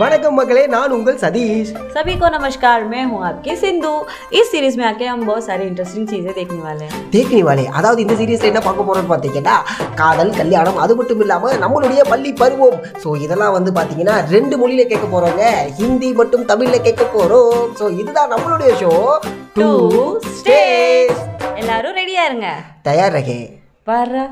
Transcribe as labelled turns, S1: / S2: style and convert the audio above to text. S1: வணக்கம் மக்களே நான் उंगल சதீஷ்
S2: सभी को नमस्कार मैं हूँ आपकी सिंधु इस सीरीज में आके हम बहुत सारी इंटरेस्टिंग चीजें देखने वाले हैं
S1: தேக்கினி வாலே அதாவது இந்த சீரியஸ்ல என்ன பார்க்க போறோம்னு பார்த்தீங்கன்னா காதல் கல்யாணம் அது மட்டும் இல்லாம நம்மளுடைய பள்ளி பருவம் ஸோ இதெல்லாம் வந்து பார்த்தீங்கன்னா ரெண்டு மொழியில கேட்க போறோங்க ஹிந்தி மற்றும் தமிழ்ல கேட்க போறோம் ஸோ இதுதான் நம்மளுடைய ஷோ
S2: டூ ஸ்டேஸ் எல்லாரும் ரெடியா இருங்க
S1: தயார் ரகே
S2: வர்ற